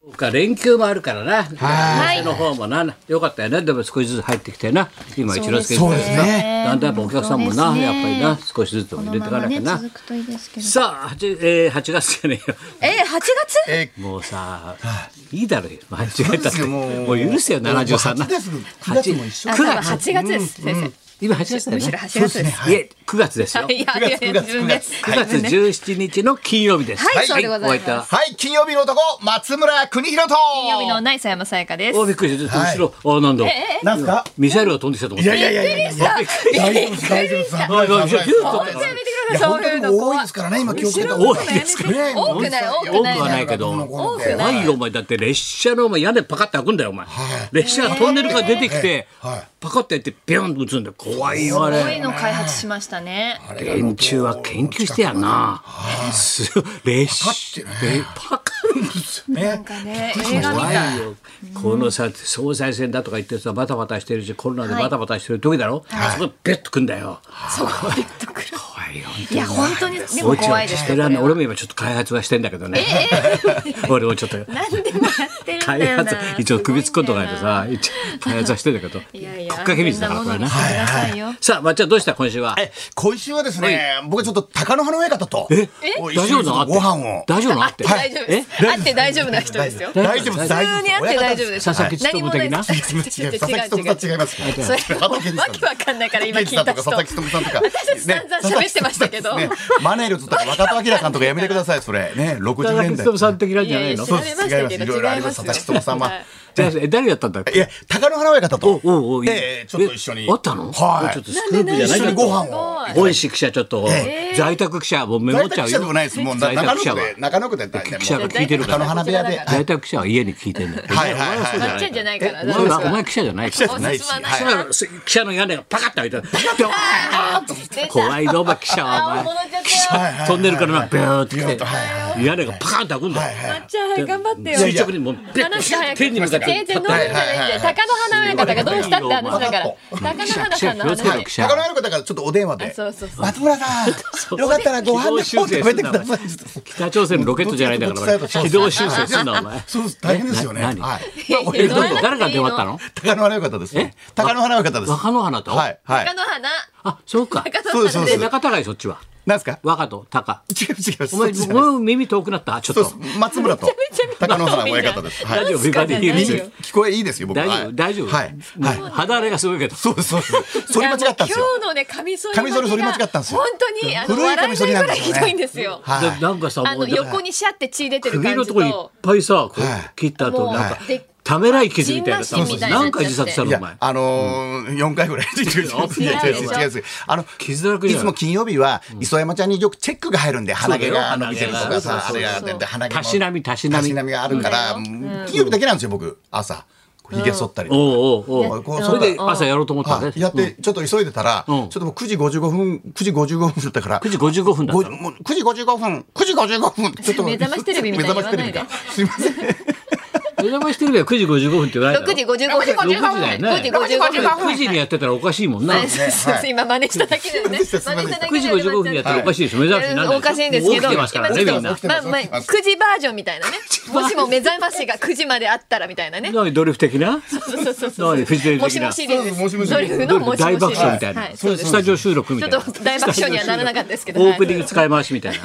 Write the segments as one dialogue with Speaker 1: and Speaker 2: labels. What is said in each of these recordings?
Speaker 1: そうか連休もあるからな、
Speaker 2: はい
Speaker 1: お店の方もな、よかったよね、でも少しずつ入ってきてな、今、一之輔
Speaker 2: そうですね
Speaker 1: さん
Speaker 2: そうです
Speaker 1: だんだんやっぱお客さんもな、
Speaker 3: そうです
Speaker 1: やっ
Speaker 3: ね
Speaker 1: ぱりな、少しずつ
Speaker 3: こ
Speaker 1: 入
Speaker 3: の
Speaker 1: れてい
Speaker 3: ま
Speaker 1: か
Speaker 3: ま
Speaker 1: なき
Speaker 3: ね
Speaker 1: ゃな。
Speaker 3: 続くといいですけど。
Speaker 1: さあ 8,、えー、8月じゃねえよ。
Speaker 3: えー、八月？
Speaker 2: え
Speaker 1: もうさ、いいだろよ、間違えたって。
Speaker 2: よ
Speaker 1: も
Speaker 2: も
Speaker 1: う
Speaker 2: う
Speaker 1: 許せよ、73
Speaker 2: も
Speaker 1: な。
Speaker 2: う8です9月も一緒
Speaker 3: あ、
Speaker 1: 9
Speaker 3: 多分
Speaker 1: 月。
Speaker 3: 八月です。先生。
Speaker 1: 今8月だよ
Speaker 3: むし
Speaker 1: ね。
Speaker 3: ろ八月です。
Speaker 1: いえ、9月ですよ。
Speaker 3: いやいやい
Speaker 2: 9月
Speaker 3: や自分で
Speaker 1: 9月
Speaker 3: 自分で
Speaker 1: 17日の金曜日です。
Speaker 3: はいそうでござい
Speaker 1: お相
Speaker 3: ます
Speaker 1: 手は
Speaker 2: はい、金曜日の男、松村邦弘と。
Speaker 3: 金曜日のナイス山さやかです。
Speaker 1: おびっくりして、ちょっと後ろ、あ、なんだ。
Speaker 2: なんすか
Speaker 1: ミサイルが飛んできたと思って。
Speaker 2: いやいやいやいや、
Speaker 1: びっくり
Speaker 2: 大丈夫です、大丈夫です。危ない危ない
Speaker 1: いや
Speaker 3: 本当やめてく
Speaker 2: い
Speaker 3: だ
Speaker 2: や
Speaker 3: さい。そ
Speaker 2: 本
Speaker 3: うい
Speaker 2: 当
Speaker 3: う
Speaker 2: に
Speaker 3: の
Speaker 2: もう多い
Speaker 3: 怖
Speaker 2: で
Speaker 3: い
Speaker 2: す。からね、今気をつけた
Speaker 1: 多
Speaker 2: 方
Speaker 1: い
Speaker 2: が
Speaker 1: ですか
Speaker 2: ね
Speaker 3: 多くない多
Speaker 1: 多
Speaker 3: く
Speaker 1: く
Speaker 3: ない。
Speaker 1: はないけど。
Speaker 2: 多
Speaker 3: く
Speaker 1: 怖いよ、お前。だって列車のお前屋根パカって開くんだよ、お前。列車がトンネルから出てきて
Speaker 2: えーはい、
Speaker 1: パカってやって、ビョンと撃つんだよ。怖いよ、あ
Speaker 3: こういう
Speaker 1: れ。
Speaker 3: の開発しましたね。
Speaker 1: 連中は研究してやんな。す列車。えパカ
Speaker 2: ね
Speaker 3: なんかね映画み
Speaker 1: 怖
Speaker 3: たい。
Speaker 1: いよ。このさ、総裁選だとか言ってさ、バタバタしてるし、コロナでバタバタしてる時だろ。そこベッとくんだよ。
Speaker 3: そこビッとくる。
Speaker 1: 怖いよ。
Speaker 3: いや本当にでも怖いで
Speaker 1: し
Speaker 3: す
Speaker 1: て
Speaker 3: よ。
Speaker 1: る
Speaker 3: こ
Speaker 1: あ
Speaker 3: れ
Speaker 1: の俺
Speaker 3: は
Speaker 1: も今ちょっと開発はしてんだけどね。 俺もちょっと
Speaker 3: なんでもやってるん
Speaker 1: 開
Speaker 3: だよ
Speaker 1: 発
Speaker 3: な。
Speaker 1: 一応首突っ込んとかない
Speaker 3: す
Speaker 1: と
Speaker 3: ご
Speaker 1: さ、
Speaker 3: いんだよな
Speaker 1: 一応開発はしてんだけど、
Speaker 3: いやい
Speaker 1: 国
Speaker 3: や
Speaker 1: 家秘密だからこれな。
Speaker 3: 安全なものにしてくださいよ。
Speaker 1: さあ、まっちゃんどうした今週は。
Speaker 2: え今週はですね、僕はちょっと高野花親方と、え
Speaker 1: 大丈夫なのあって
Speaker 2: ご飯を。
Speaker 1: 大丈夫なのあって。
Speaker 3: 大丈夫です。会って大丈夫な人ですよ。
Speaker 2: 大丈夫です、
Speaker 3: 普
Speaker 2: 大丈夫
Speaker 3: 通
Speaker 2: で
Speaker 3: に
Speaker 2: す。
Speaker 3: あって大丈
Speaker 1: 佐々
Speaker 2: 親方
Speaker 3: 夫です。
Speaker 1: 木
Speaker 3: 何もな
Speaker 1: 勉
Speaker 3: い
Speaker 1: 的な
Speaker 3: です。
Speaker 2: 違う
Speaker 3: 違う違う違う
Speaker 2: 佐々木とは違います。
Speaker 3: それ
Speaker 2: 佐
Speaker 3: も
Speaker 2: 藤健二
Speaker 3: わ
Speaker 2: さん
Speaker 3: けわかんないから今聞いた人
Speaker 2: 佐々木さんとか佐々木さんとか
Speaker 3: 私たち散々喋ってましたけど、
Speaker 2: ねマネールズとか若田明さんとかやめてください、それ。ね、
Speaker 1: 佐
Speaker 2: 60
Speaker 1: 々木
Speaker 2: 年代。
Speaker 1: 勉さん的なんじゃ
Speaker 3: い
Speaker 1: な
Speaker 3: や
Speaker 1: い
Speaker 3: いや
Speaker 1: の
Speaker 3: 知
Speaker 1: じ
Speaker 3: ら
Speaker 1: ゃあ
Speaker 3: ん違いましたけど
Speaker 2: いろいろあります、
Speaker 3: 違い
Speaker 2: 佐々木
Speaker 3: ますよ
Speaker 2: 勉さんは。
Speaker 3: はい
Speaker 1: え誰やったんだっけ
Speaker 2: いや、高野花親方と、
Speaker 1: おうおういい
Speaker 2: ええちょっと一緒に
Speaker 1: えあったの
Speaker 2: はい
Speaker 1: ちょっとスクープじゃな
Speaker 2: 一
Speaker 1: い
Speaker 2: 緒にご飯を。
Speaker 3: す
Speaker 1: 大石記者ちょっと在宅記者もうメモっ
Speaker 2: 在
Speaker 1: ちゃ
Speaker 2: 宅
Speaker 1: う
Speaker 2: 記者で
Speaker 1: よ
Speaker 2: もないです。もう
Speaker 1: 在
Speaker 2: 中野
Speaker 1: 宅記者
Speaker 2: 区
Speaker 1: は
Speaker 2: で、中野区で大体もう。
Speaker 1: 記者が聞いてるか
Speaker 2: 中
Speaker 1: ら
Speaker 2: 野花部屋で。
Speaker 1: 在宅記者は家に聞いてんだよ
Speaker 2: はいはいは
Speaker 1: お
Speaker 2: い
Speaker 1: 前はそうじゃ
Speaker 3: まっちゃんじゃない
Speaker 1: え
Speaker 3: から
Speaker 1: お前はお前記者じゃないから
Speaker 2: 記者
Speaker 3: お
Speaker 2: じゃない
Speaker 3: すまな
Speaker 2: はいい
Speaker 1: だからす記者の屋根がパカッと開いた怖いのお前記者
Speaker 3: あ
Speaker 1: は
Speaker 3: ー戻っちゃっ
Speaker 2: はい
Speaker 3: た
Speaker 1: お前
Speaker 2: はい
Speaker 3: よ
Speaker 1: トンネルからなビューって
Speaker 2: ビューッとは
Speaker 1: 来
Speaker 2: い
Speaker 1: て屋根がパカンと開くんだよ
Speaker 2: はいはい
Speaker 3: まっちゃんはい頑張ってよ
Speaker 2: いやい
Speaker 1: 垂
Speaker 2: や
Speaker 1: 直にもうビュッ
Speaker 3: 話早
Speaker 1: と
Speaker 3: く
Speaker 1: 天に向かっ
Speaker 3: 全
Speaker 1: て
Speaker 3: 然飲んでるんじゃないん
Speaker 2: はいは
Speaker 3: で
Speaker 2: い
Speaker 3: 高野花親方がどうしたって話だから
Speaker 2: はい
Speaker 3: 高野花さんの
Speaker 1: 気をつけろ
Speaker 3: 話
Speaker 1: 記者
Speaker 2: 高野花親方からちょっとお電話で。
Speaker 3: そうそうそう
Speaker 2: 松村さん、よかったらご飯でも食べてください。
Speaker 1: 北朝鮮のロケットじゃないんだから 軌道修正すんなお前
Speaker 2: そうです、大変ですよね。
Speaker 1: えな何
Speaker 2: はい。
Speaker 1: えどういうこと誰から電話あったの
Speaker 2: 高野花親方ですね。高野花親方です。
Speaker 1: 若野花と
Speaker 2: はい、は
Speaker 3: 高
Speaker 2: い。
Speaker 3: 野花
Speaker 1: あそうか
Speaker 2: そうです、そうで。
Speaker 1: です中田がいそっちは
Speaker 2: なんすか
Speaker 1: 若と高
Speaker 2: 違う違う。
Speaker 1: お
Speaker 2: そ
Speaker 1: 前
Speaker 2: うじゃない
Speaker 1: もう耳遠くなったちょっ
Speaker 2: そう
Speaker 1: と
Speaker 2: です。松村と高野花親方です。はい
Speaker 1: ラ。ジオビバリーヒル
Speaker 3: 大丈
Speaker 1: ズ
Speaker 3: 夫
Speaker 2: 聞こえいいですよ、僕は
Speaker 1: 大
Speaker 2: は
Speaker 1: 丈夫
Speaker 2: い
Speaker 1: 大丈夫
Speaker 2: はい。はい。
Speaker 1: 肌荒れがすごいけど
Speaker 2: そうです、そうです。それ間違ったんですよ
Speaker 3: いやもう。今日のねカミソリ
Speaker 2: カミソリ剃り間違ったんですよ
Speaker 3: 本当にあの
Speaker 2: 古いカ
Speaker 3: 笑
Speaker 2: ミ
Speaker 3: え
Speaker 2: ソ
Speaker 3: ない
Speaker 2: リ
Speaker 3: ぐ
Speaker 2: なんで
Speaker 3: らい
Speaker 2: すよね
Speaker 3: ひどいんですよ
Speaker 2: はい。
Speaker 1: なんかさ
Speaker 3: あ
Speaker 1: も
Speaker 3: の
Speaker 1: うだ
Speaker 3: 横にシャって血出てる
Speaker 1: 首
Speaker 3: 感
Speaker 1: の
Speaker 3: じ
Speaker 1: とこにいっ
Speaker 3: と
Speaker 1: ぱいさこう
Speaker 2: はい
Speaker 1: 切った後
Speaker 3: もう
Speaker 1: なんか
Speaker 3: で
Speaker 1: ためらい傷みたいなさ
Speaker 3: ジンマシンみたいになっちゃっ
Speaker 1: 何
Speaker 3: て
Speaker 1: 回自殺した
Speaker 2: い
Speaker 1: のお前
Speaker 2: や、あのー、4回ぐらい。違う違う違う違う違う違う違うあの、
Speaker 1: 傷だらけ
Speaker 2: い
Speaker 1: じゃ
Speaker 2: つ
Speaker 1: ない
Speaker 2: も金曜日は、磯山ちゃんによくチェックが入るんで、鼻毛
Speaker 1: そ
Speaker 2: が
Speaker 1: うだよ
Speaker 2: 伸びてるとかさ、あ
Speaker 1: 鼻毛
Speaker 2: れ
Speaker 1: が
Speaker 2: が、でで鼻毛も
Speaker 1: たしなみたしなみ
Speaker 2: たしなみがあるから、
Speaker 3: う
Speaker 2: うんん金曜日だけなんですよ、僕、朝。こう髭剃ったりとか。
Speaker 1: おうおうおう
Speaker 2: こう
Speaker 1: それで
Speaker 2: そう
Speaker 1: 朝やろうと思った
Speaker 2: は
Speaker 1: ね
Speaker 2: いやって、ちょっと急いでたら、ち
Speaker 1: う
Speaker 2: ょ
Speaker 1: ん
Speaker 2: っともう9時55分、9時55分だったから、
Speaker 1: 9時55分だっ
Speaker 2: ご
Speaker 1: たの
Speaker 2: もう9時55分、9時55分、ちょっと
Speaker 3: 目覚ましテレビみたいに言わないで
Speaker 2: 目覚ましテレビかすいません。
Speaker 1: お邪魔してるべは9時55分って言わないだろ
Speaker 3: 6時55分
Speaker 1: 6時だよね
Speaker 3: 6時55分
Speaker 1: 9時にやってたらおかしいもんな
Speaker 3: はいそうそうそう今真似しただけでね。真
Speaker 2: はい
Speaker 3: 似しただけ
Speaker 1: 9時55分にやったらおかしいでしょ目覚ましにならない
Speaker 3: おかしいんですけど、
Speaker 1: 起きてますからねみんな
Speaker 2: 起きて
Speaker 3: ま
Speaker 2: ま
Speaker 3: あ
Speaker 2: す
Speaker 3: まあ
Speaker 2: 起きてます
Speaker 3: 9時バージョンみた いなね。もしも目覚ましが9時まであったらみたいなね。
Speaker 1: 何ドリフ的な
Speaker 3: そうそうそうそう。
Speaker 1: 何フジテレビ
Speaker 3: も
Speaker 1: 的
Speaker 3: し
Speaker 1: な
Speaker 3: もシリーズです。
Speaker 2: もしもシリーズ
Speaker 3: ドリフのもしもシ
Speaker 1: 大
Speaker 3: リーズ。
Speaker 1: 爆笑みたい
Speaker 3: は
Speaker 1: な
Speaker 3: そうです。
Speaker 1: スタジオ収録み
Speaker 3: ち
Speaker 1: た
Speaker 3: ょっ
Speaker 1: いな
Speaker 3: と大爆笑にはならなかったですけど。
Speaker 1: オープニン
Speaker 3: は
Speaker 1: グ使い回しみたいな。
Speaker 3: い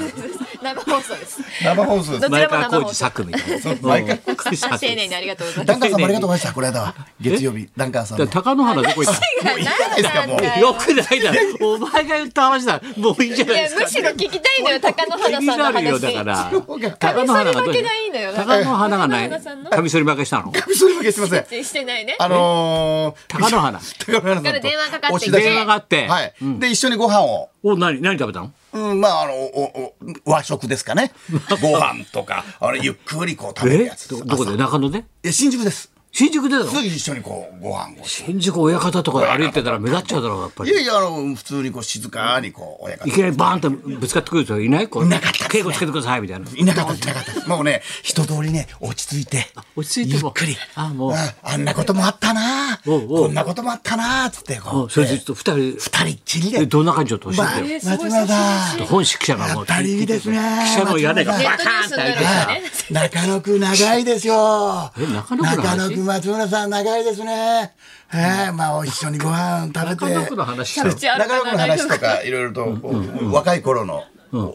Speaker 3: 生放送です。
Speaker 2: 生放送です
Speaker 3: ど。ち
Speaker 1: 前
Speaker 3: らも
Speaker 1: 川
Speaker 3: 生
Speaker 1: 浩
Speaker 3: 放
Speaker 1: 二作
Speaker 3: 送。
Speaker 1: みたいな。
Speaker 2: 毎回
Speaker 1: うん作
Speaker 3: 丁寧にありがとうございます。
Speaker 2: ダンカーさんもありがとうございました、この間は。月曜日、ダンカーさん
Speaker 1: だ
Speaker 2: も。
Speaker 1: から高野花どこ行っ
Speaker 3: もういいじゃない
Speaker 2: ですかもう
Speaker 1: たよくないだろ。お前が言った話だ。もういいじゃないい
Speaker 3: や
Speaker 1: ですか。
Speaker 3: むしろ聞きたいのよ高野花
Speaker 1: 気に
Speaker 3: さ
Speaker 1: なん
Speaker 3: の
Speaker 1: るよ
Speaker 3: 話。
Speaker 1: だから。
Speaker 2: カ
Speaker 1: 高野花どうした
Speaker 3: カミソリ負けがいいのよ
Speaker 1: 高野花がない
Speaker 3: 高野花さん。の
Speaker 1: カミソリ負けしたの。
Speaker 2: ミソリ負けしてません。
Speaker 3: してないね。
Speaker 2: あのー、
Speaker 1: 高野花
Speaker 2: 高野花さんと。
Speaker 3: から電話かかって
Speaker 2: お知
Speaker 3: きて
Speaker 2: らせ
Speaker 1: 電話があって
Speaker 2: はい。で、一緒にご飯を。
Speaker 1: お何何食べたの？
Speaker 2: うん、まあ、あの、お、お、和食です かね。ご飯とか、あれ、ゆっくりこう食べる
Speaker 1: え
Speaker 2: やつ。
Speaker 1: どどこで
Speaker 2: 朝
Speaker 1: 中野で？
Speaker 2: え、新宿です。
Speaker 1: 新宿でだろ
Speaker 2: すぐ一緒にこうご飯を
Speaker 1: 新宿親方とか歩いてたら目立っちゃうだろうやっぱ
Speaker 2: い
Speaker 1: り
Speaker 2: やいやあの普通にこう静かにこう親方
Speaker 1: いきなりバーンとぶつかってくる人いないこう
Speaker 2: なかったっすね
Speaker 1: 稽古つけてくださいみたいない
Speaker 2: なかったいなかったもうね人通りね落ち着いて
Speaker 1: 落ち着いても
Speaker 2: ゆっくり
Speaker 1: あもう
Speaker 2: ああんなこともあったな
Speaker 1: おうおう
Speaker 2: こんなこともあったなつってこ
Speaker 1: あ
Speaker 2: う
Speaker 1: それで
Speaker 2: え
Speaker 1: ちょっと二人
Speaker 2: 二人っきり
Speaker 1: え
Speaker 2: で
Speaker 1: どんな感じをとし
Speaker 2: まあ
Speaker 1: てて
Speaker 2: 松村さん
Speaker 1: 本誌記者がもう
Speaker 2: 二人ですね
Speaker 1: 記者の屋根がバ
Speaker 2: 松
Speaker 1: カ
Speaker 2: 村
Speaker 1: ー
Speaker 3: さん
Speaker 1: ンって開いてさ
Speaker 2: はい中野区長いですよ。
Speaker 1: え中野区の話
Speaker 2: 中野区松村さん長いですね。はい、まあ一緒にご飯食べて。
Speaker 1: 中野区の話しちゃう
Speaker 2: 中野区の話とかいろいろとこう若い頃の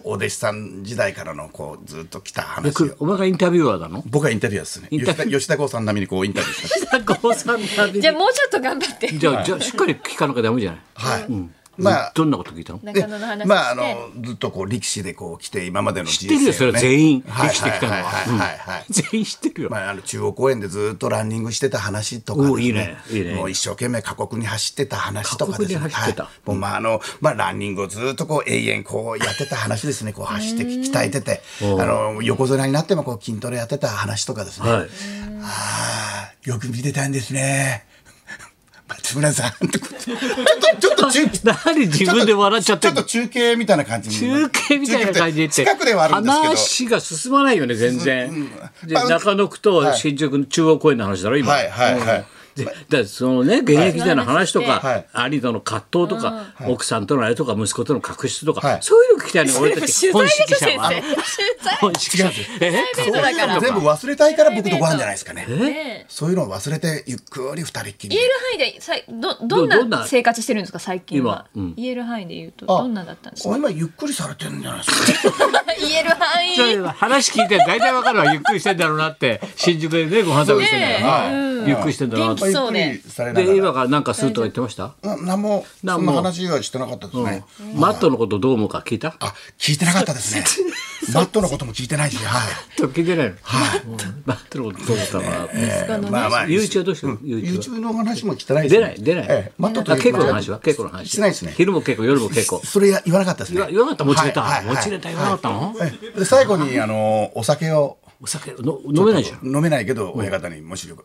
Speaker 2: お弟子さん時代からのこうずっと来た
Speaker 1: で
Speaker 2: 話
Speaker 1: く
Speaker 2: を。
Speaker 1: お前がインタビュアーな の
Speaker 2: 僕はインタビュアーですね。
Speaker 1: インタ
Speaker 2: 吉
Speaker 1: ビ
Speaker 2: 田
Speaker 1: ュー
Speaker 2: 吉田剛さん並みにこうインタビューしました。
Speaker 1: 郷さんなり
Speaker 3: じゃあもうちょっと頑張って。
Speaker 1: じゃあじゃあしっかり聞かなきゃダメじゃない
Speaker 2: はい。まあ。
Speaker 1: どんなこと聞いたの
Speaker 3: 中野の話して。
Speaker 2: まああのずっとこう力士でこう来て今までの人生
Speaker 1: 知っ
Speaker 2: をね
Speaker 1: てるよそれは全員
Speaker 2: はい
Speaker 1: 力士で来たのは
Speaker 2: はいはいはいはい。
Speaker 1: 全員知ってるよ
Speaker 2: まあ、あの中央公園でずっとランニングしてた話とかです、
Speaker 1: お
Speaker 2: ね、
Speaker 1: いいねいいね
Speaker 2: もう一生懸命過酷に走ってた話とかですね
Speaker 1: 過酷に走ってた
Speaker 2: はいもうまああのまあ、ランニングをずっとこう永遠こうやってた話ですねこう走って鍛えててあの横綱になってもこう筋トレやってた話とかですね、
Speaker 1: はい
Speaker 2: ああよく見てたんですね 松村さんってこと ちょっとちょっと中
Speaker 1: 何自分で笑っちゃって
Speaker 2: ちょっと中継みたいな感じに
Speaker 1: 中継みたいな感じで言って
Speaker 2: 近くではあるんですけど
Speaker 1: 話が進まないよね全然、で
Speaker 2: あの
Speaker 1: 中野区と新宿の中央公園の話だろ今、
Speaker 2: はいはいはい、
Speaker 1: でだからそのね現役時代の話とか、
Speaker 2: はい
Speaker 1: 兄との葛藤とか、奥さんとのあれとか息子との確執とか、
Speaker 2: はい
Speaker 1: そういうの聞きたいね
Speaker 3: そ
Speaker 1: 俺
Speaker 3: れ
Speaker 1: た
Speaker 3: 取
Speaker 1: ち
Speaker 3: 材
Speaker 1: 本
Speaker 3: で
Speaker 1: 識
Speaker 3: し
Speaker 1: 者
Speaker 3: ょ先
Speaker 1: は
Speaker 3: 生。取
Speaker 1: 本識者え
Speaker 3: プライベートだから
Speaker 2: 全部忘れたいから僕とご飯じゃないですかね。
Speaker 3: 材。ねえ
Speaker 2: そういうのを忘れてゆっくり二人っきり
Speaker 3: 言える範囲でさいど
Speaker 1: ど
Speaker 3: ど
Speaker 1: ど
Speaker 3: ん
Speaker 1: んな
Speaker 3: な生活してるんですか最近は。
Speaker 1: 今うん
Speaker 3: 言える範囲で言うと
Speaker 2: あ
Speaker 3: どんなだったんですか。
Speaker 2: お今ゆっくりされてるんじゃないですか
Speaker 3: 言える範
Speaker 1: そう
Speaker 3: 囲。
Speaker 1: いう話聞いて大体わかるわゆっくりしてんだろうなって新宿でねご飯食べてんだから、
Speaker 2: ねえ
Speaker 1: ゆっくりしてんだろうなって
Speaker 3: 元そうね
Speaker 2: ゆっくりされな
Speaker 1: で
Speaker 2: が
Speaker 1: 今からなんかするとか言ってました
Speaker 2: らな何も
Speaker 1: なん
Speaker 2: そん
Speaker 1: も
Speaker 2: な話はしてなかったですね、
Speaker 1: マットのことどう思うか聞いた
Speaker 2: あ聞いてなかったで すねマットのことも聞いてないしはい
Speaker 1: 聞いてないのうんマットのことどう思ったかな
Speaker 2: まあまあ
Speaker 1: YouTube はどうしてるの YouTube は
Speaker 2: YouTube の話も聞いてないです
Speaker 1: 出
Speaker 2: ね
Speaker 1: ない出ない、
Speaker 2: ええマットと
Speaker 1: あ稽古の話は稽古の話
Speaker 2: してないですね
Speaker 1: 昼も稽古夜も稽古
Speaker 2: それや言わなかったですね
Speaker 1: 言わ言わなかった持ちネタ、
Speaker 2: はいはいはい
Speaker 1: 持ちネタ言わなかったの、
Speaker 2: はいで最後にあのお酒を
Speaker 1: お酒の飲めないじゃん
Speaker 2: 飲めないけど親方にもしよ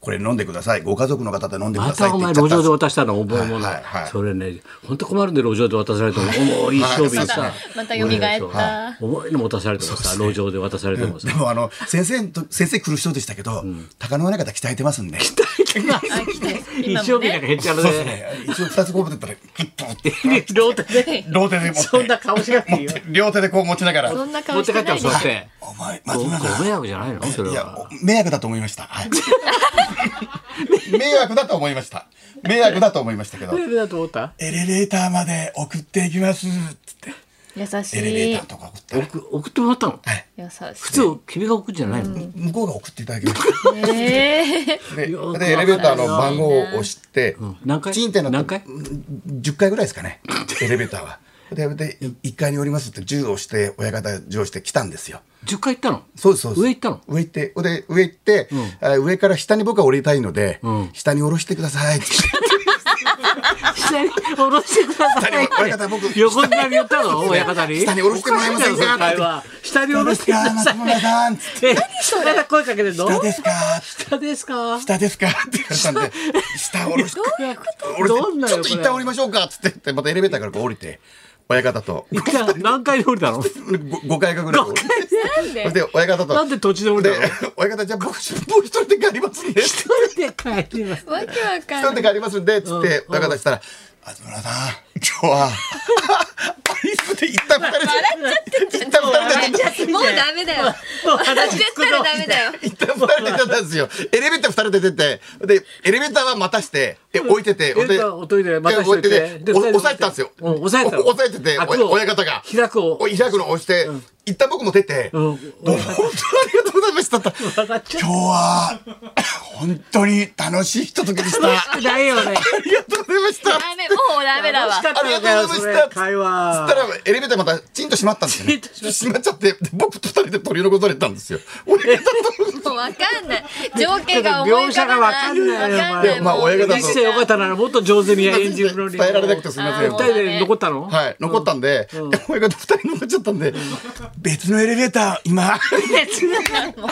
Speaker 2: これ飲んでくださいご家族の方で飲んでく
Speaker 1: ま
Speaker 2: ださい
Speaker 1: た
Speaker 2: って
Speaker 1: お前
Speaker 2: 言っちゃ
Speaker 1: 路
Speaker 2: った
Speaker 1: 上で
Speaker 2: んで
Speaker 1: す渡したの覚えもない、
Speaker 2: はいはいはい
Speaker 1: それね本当困るんで路上で渡されても重い商品
Speaker 2: はい
Speaker 1: さ、
Speaker 3: また蘇った。
Speaker 1: 重いの持たされてもさ、路上で渡されてもさ
Speaker 2: でもあの先生と先生苦しそうでしたけど、高輪親方鍛えてますんで。
Speaker 1: 一生懸命なんかへっちゃら
Speaker 2: そ うです
Speaker 1: で
Speaker 2: ね。一応二つこう持っ てったら、グッと持って、
Speaker 1: 両手で
Speaker 2: 両手で持って。
Speaker 1: そんな顔しなくていいよ
Speaker 2: 持って両手でこう持ちながら。
Speaker 3: そんな
Speaker 1: 持
Speaker 3: 顔
Speaker 1: っ
Speaker 3: して
Speaker 1: 帰
Speaker 3: て
Speaker 1: ったら座
Speaker 3: ないで
Speaker 1: っ
Speaker 3: す。
Speaker 1: て
Speaker 2: お前、
Speaker 1: ご
Speaker 2: 松
Speaker 1: ご
Speaker 2: 村さん。
Speaker 1: 迷惑じゃないのそれ
Speaker 2: い
Speaker 1: は
Speaker 2: や、お迷惑だと思いました。はい。迷惑だと思い ました。迷惑だと思いましたけど。
Speaker 1: れだと思った
Speaker 2: エレベーターまで送っていきます。つって、
Speaker 3: 優し
Speaker 2: エレベー
Speaker 3: い
Speaker 2: ター。とか送って。
Speaker 1: 送送ってもらったの
Speaker 3: 優
Speaker 1: 普
Speaker 3: し
Speaker 1: 通君が送るんじゃないの、
Speaker 2: 向こうが送っていただきまし
Speaker 3: い。ええ。
Speaker 2: た。で、で
Speaker 1: よく
Speaker 2: エレベーターの番号を押して、
Speaker 1: 何回
Speaker 2: チンってなって
Speaker 1: 何回
Speaker 2: 10回ぐらいですかねエレベーターは。でで1階におりますって銃を押して親方が銃を押して来たんですよ。
Speaker 1: 10回行ったの
Speaker 2: そうですそうです
Speaker 1: 上行ったの
Speaker 2: 上行ってで上行って、あ上から下に僕は降りたいので、
Speaker 1: ん
Speaker 2: 下に降ろしてくださいって
Speaker 1: 下に下ろしてくださいって
Speaker 2: 下に親方僕
Speaker 1: 横綱に言ったの親方に
Speaker 2: 下に下ろしてもらえません
Speaker 1: お
Speaker 2: か
Speaker 1: しいだろその会話下に下ろしてくださ
Speaker 2: 松村さんつっ
Speaker 1: いってまだ声かけてんの
Speaker 2: て下ですか
Speaker 1: 下ですか
Speaker 2: 下ですかって言われたんで下下ろして降りて
Speaker 1: どんな
Speaker 2: ち
Speaker 1: よ
Speaker 2: ょっと
Speaker 1: こ
Speaker 2: 一
Speaker 1: れ
Speaker 2: 旦降りましょうかっつって言ってまたエレベーターからこう降りて親方と
Speaker 1: 一回何回で降りたの
Speaker 2: 5, 階かぐらい降りて
Speaker 3: なん
Speaker 2: それ
Speaker 3: で。
Speaker 2: で親方と
Speaker 1: なんで途中で降り
Speaker 2: で
Speaker 1: たの
Speaker 2: 親方じゃあ僕もう一人で帰りますねって
Speaker 1: それで帰ります
Speaker 3: わけわ
Speaker 2: 一
Speaker 3: か
Speaker 2: 人
Speaker 3: ん
Speaker 2: で
Speaker 3: ない。
Speaker 2: 帰りますんで、つって、親方したら、松村さん、今日は、アイスで一旦二人で、一旦二人で、
Speaker 3: もうダメだよ。
Speaker 1: もう話
Speaker 3: 私
Speaker 1: 聞
Speaker 3: だっ
Speaker 1: く
Speaker 3: た
Speaker 1: の
Speaker 3: らダメだよ。
Speaker 2: 一旦二人で出たんですよ。エレベーター二人で出て、で、エレベーターは待たして、で、置いてて、
Speaker 1: エレベーターを置いといて待たしといてで二
Speaker 2: で、
Speaker 1: 人で
Speaker 2: 押さえてたんですよ。
Speaker 1: うん押さえたの
Speaker 2: お押さえてて、
Speaker 1: あ
Speaker 2: お
Speaker 1: こう
Speaker 2: 親方が。
Speaker 1: 開くを
Speaker 2: お開くのを押して、一旦僕も出て、
Speaker 1: ん
Speaker 2: どうも本当にありがとうございましたって。
Speaker 1: 笑っちゃ
Speaker 2: 今日は、本当に楽しいひとときでした。あ
Speaker 1: うないよね
Speaker 2: りがとうございました。
Speaker 3: ダメ、もうダメだわ。
Speaker 2: ありがとうございました。
Speaker 1: 会
Speaker 2: つっ
Speaker 1: 話
Speaker 2: たらエレベーターまたチンと閉まったんですよ、ね。
Speaker 1: チ
Speaker 2: 閉まっちゃって、で僕と二人で取り残されたんですよ。親方
Speaker 3: もうわかんない。情景が思い
Speaker 1: 描
Speaker 3: 浮かばない。
Speaker 1: 写がわかんないよ
Speaker 3: わかんない
Speaker 2: まあ
Speaker 3: もう
Speaker 2: 親方と
Speaker 1: 生きてよかったならもっと上手に演じるの
Speaker 2: と
Speaker 1: に
Speaker 2: 伝えられなくてすみませ
Speaker 1: 二
Speaker 2: ん
Speaker 3: あ。
Speaker 1: 人で残ったの、
Speaker 2: はい、残ったんで、親方二人残っちゃったんで、別のエレベーター今、開
Speaker 1: 別に
Speaker 2: けま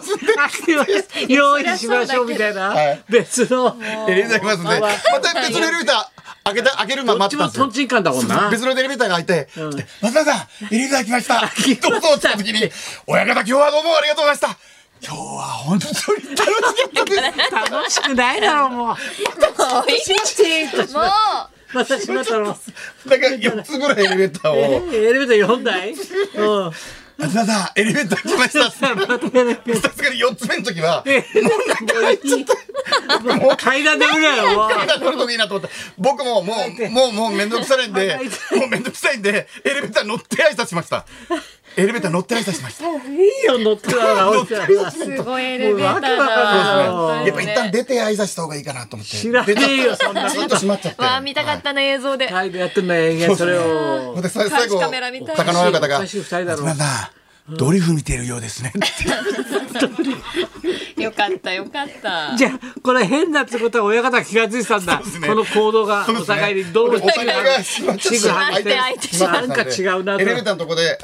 Speaker 2: すん で。
Speaker 1: 用意ししましょうみたいな
Speaker 2: はい
Speaker 1: 別の
Speaker 2: エレベーター来ますんで、
Speaker 1: ま
Speaker 2: ま
Speaker 1: あ
Speaker 2: た別のエレベーター、開けた、開けるま
Speaker 1: ど
Speaker 2: ま
Speaker 1: っち
Speaker 2: 待ってた
Speaker 1: も
Speaker 2: んですよ
Speaker 1: とんちんかんだもんな
Speaker 2: 別のエレベーターが開いて、来て松田さん、エレベータ ー来ました。どうぞって言った時に、親方今日はどうもありがとうございました。今日は本当に楽しかった です。
Speaker 1: 楽しくないだろうもう
Speaker 3: もういいもう
Speaker 1: また閉まったの
Speaker 2: だから4つぐらいエレベーター
Speaker 1: え
Speaker 2: を、
Speaker 1: ーエレベーター4台うん
Speaker 2: 松田さん、エレベーター来ましたっつ ったら。さすがに4つ目の時は、
Speaker 1: えーもう階段で無理だよもう
Speaker 2: なんか この時いいなと思って僕も もうもうもう面倒くさいんでもう面倒くさいんでエレベーター乗って挨拶しましたエレベーター乗って挨拶しましたや
Speaker 1: いいよ乗ってたらおいちゃん
Speaker 3: すごいエレベーターだ
Speaker 1: もうわ
Speaker 3: わ。
Speaker 2: っぱ一旦出て挨拶した方がいいかなと思って
Speaker 1: 知らねえよそんな
Speaker 2: ずっと閉まっちゃって
Speaker 3: わあ見たかったな映像で。
Speaker 1: 階段やってんだよ延々それ
Speaker 2: ほ
Speaker 1: を
Speaker 2: んでさ最後
Speaker 3: 監視カメラみたい
Speaker 2: 坂の親方が
Speaker 1: おかしい二人だろ
Speaker 2: 松村さんドリフ見てるよう ですね」
Speaker 3: よかったよかった。
Speaker 1: じゃあこれ変だってことは親方が気が付いてたんだ、
Speaker 2: そうですね
Speaker 1: この行動がお互いにどうも
Speaker 2: お互いが
Speaker 1: 違
Speaker 2: 閉まっちゃ
Speaker 1: 閉ま
Speaker 3: って
Speaker 2: て
Speaker 3: 開いて
Speaker 1: 閉まってなんか違うなと
Speaker 2: エレベーターのとこではいう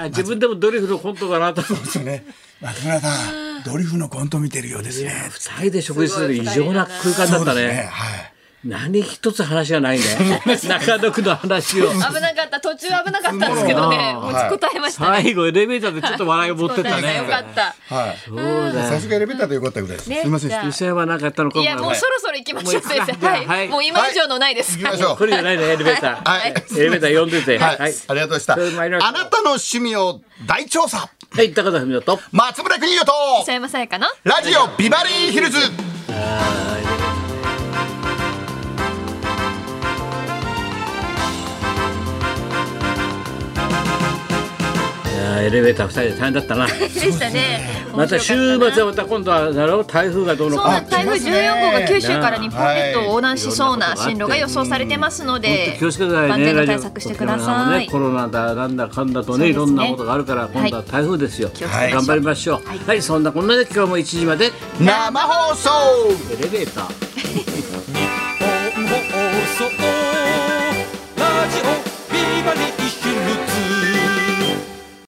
Speaker 1: あ自分でもドリフのコントだなと思って
Speaker 2: そうですね松村さんドリフのコント見てるようですね
Speaker 1: 二人で食事する異常な空間だったね
Speaker 2: はい
Speaker 1: 何一つ話がないね中野区の話を
Speaker 3: 危なかった途中危なかったんですけどね
Speaker 1: う
Speaker 3: 持ちこたえましたね。
Speaker 1: 最後エレベーターでちょっと笑いを持ってった
Speaker 3: 答えがよか
Speaker 1: ね
Speaker 3: った。
Speaker 2: はい
Speaker 1: そうだ
Speaker 2: 最初がエレベーターでよかったぐらいです。
Speaker 3: ね
Speaker 2: すみません
Speaker 3: じ
Speaker 2: で
Speaker 3: ゃ
Speaker 2: し
Speaker 3: あ
Speaker 1: 磯山なんかやったのか
Speaker 3: いやもうそろそろ行きましょ
Speaker 1: もう
Speaker 3: う
Speaker 1: 行
Speaker 3: 先
Speaker 1: くか
Speaker 3: 生。
Speaker 1: じゃあ
Speaker 3: は
Speaker 1: はい
Speaker 3: い。もう今以上のないです。
Speaker 2: た。行きましょう。
Speaker 1: これじゃないねエレベーター、
Speaker 2: はい
Speaker 1: エレベーター呼んでて
Speaker 2: はい、
Speaker 1: はい
Speaker 2: ありがとうござい
Speaker 1: それで参り
Speaker 2: まし
Speaker 1: まし
Speaker 2: た。
Speaker 1: ょ
Speaker 2: あ
Speaker 1: う
Speaker 2: なたの趣味を大調査。
Speaker 1: はい高田文夫と
Speaker 2: 松村邦洋と
Speaker 3: 磯山さやかの。
Speaker 2: ラジオビバリーヒルズ。
Speaker 1: いやーエレベーター二人で大変だったな
Speaker 3: でしたね。
Speaker 1: また週末はまた今度はだろう台風がどうの
Speaker 3: そう
Speaker 1: こうの
Speaker 3: なんです台風14号が九州から日本列島を横断しそうな進路が予想されてますので、
Speaker 1: 気をつけてください
Speaker 3: 万
Speaker 1: ね
Speaker 3: 全の対策してください
Speaker 1: コ。ロナだなんだかんだと
Speaker 3: そう
Speaker 1: ね
Speaker 3: ですね
Speaker 1: いろんなことがあるから今度は台風ですよ、
Speaker 3: 気をつけましょう
Speaker 1: 頑張りましょうはい、そんなこんなで今日も1時まで
Speaker 2: 生放送。
Speaker 1: エレベーター
Speaker 4: 本放送ラジオビバリー